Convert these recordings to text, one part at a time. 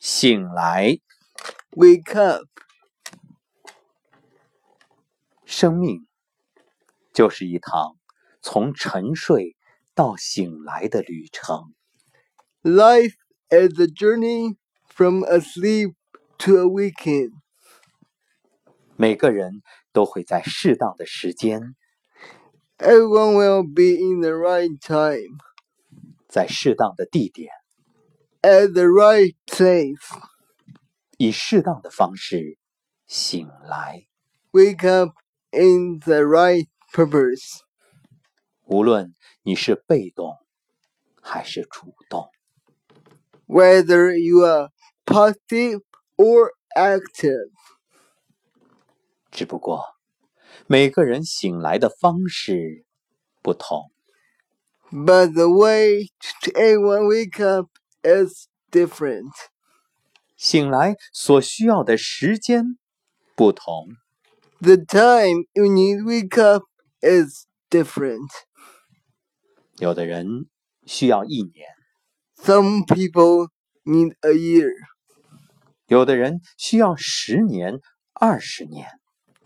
醒来，wake up，生命就是一趟从沉睡到醒来的旅程。 Life is a journey from asleep to awaken。每个人都会在适当的时间， Everyone will be in the right time 在适当的地点， at the right place. 以适当的方式醒来。 Wake up in the right purpose. 无论你是被动还是主动， Whether you are positive or active, 只不过每个人醒来的方式不同。 but the way to everyone wake up is different. 醒来所需要的时间不同， The time you need wake up is different. 有的人需要一年， Some people need a year. 有的人需要十年、二十年，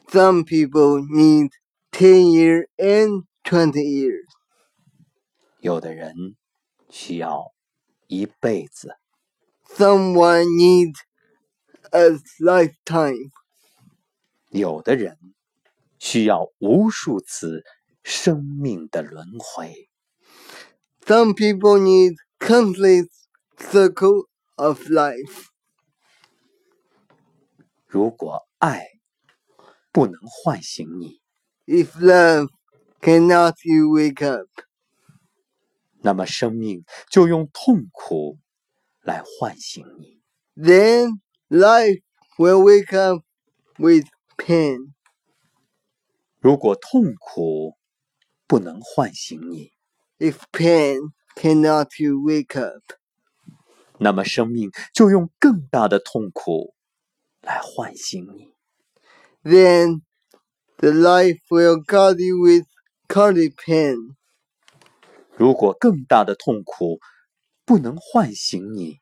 Some people need 10 years and 20 years. 有的人需要一辈子。 Someone needs a lifetime. 有的人需要无数次生命的轮回。 Some people need complete circle of life. 如果爱不能唤醒你， If love cannot you wake up, 那么生命就用痛苦来唤醒你。 then life will wake up with pain. 如果痛苦不能唤醒你， If pain cannot you wake up, 那么生命就用更大的痛苦来唤醒你。 then the life will guard you with curly pain. 如果更大的痛苦不能唤醒你，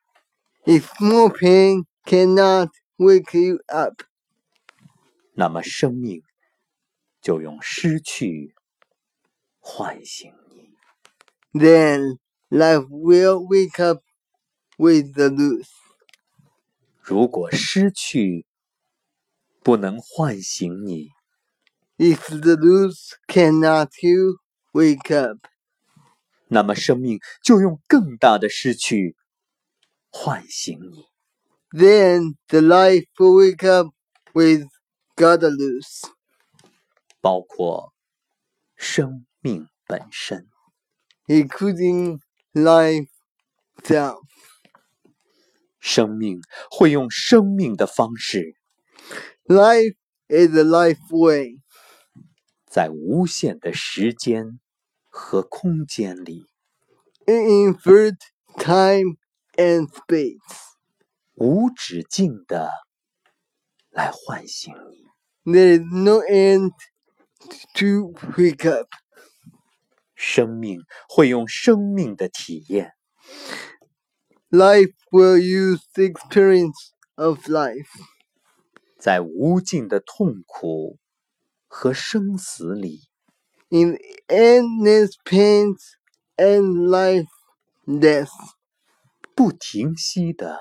If more pain cannot wake you up, 那么生命就用失去唤醒你。 then life will wake up with the loose. 如果失去不能唤醒你， If the loose cannot you wake up, 那么生命就用更大的失去唤醒你。 then the life will wake up with God loose. 包括生命本身。 including life down. 生命会用生命的方式， Life is a life way 在无限的时间和空间里， in infinite time and space. 无止境的来唤醒你。 There is no end to wake up. 生命会用生命的体验， Life will use the experience of life 在无尽的痛苦和生死里， in endless pains and life death, 不停息的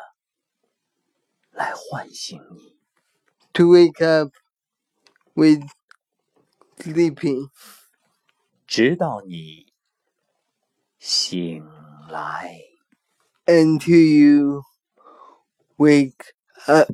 来唤醒你。 to wake up with sleeping 直到你醒来。 until you wake up.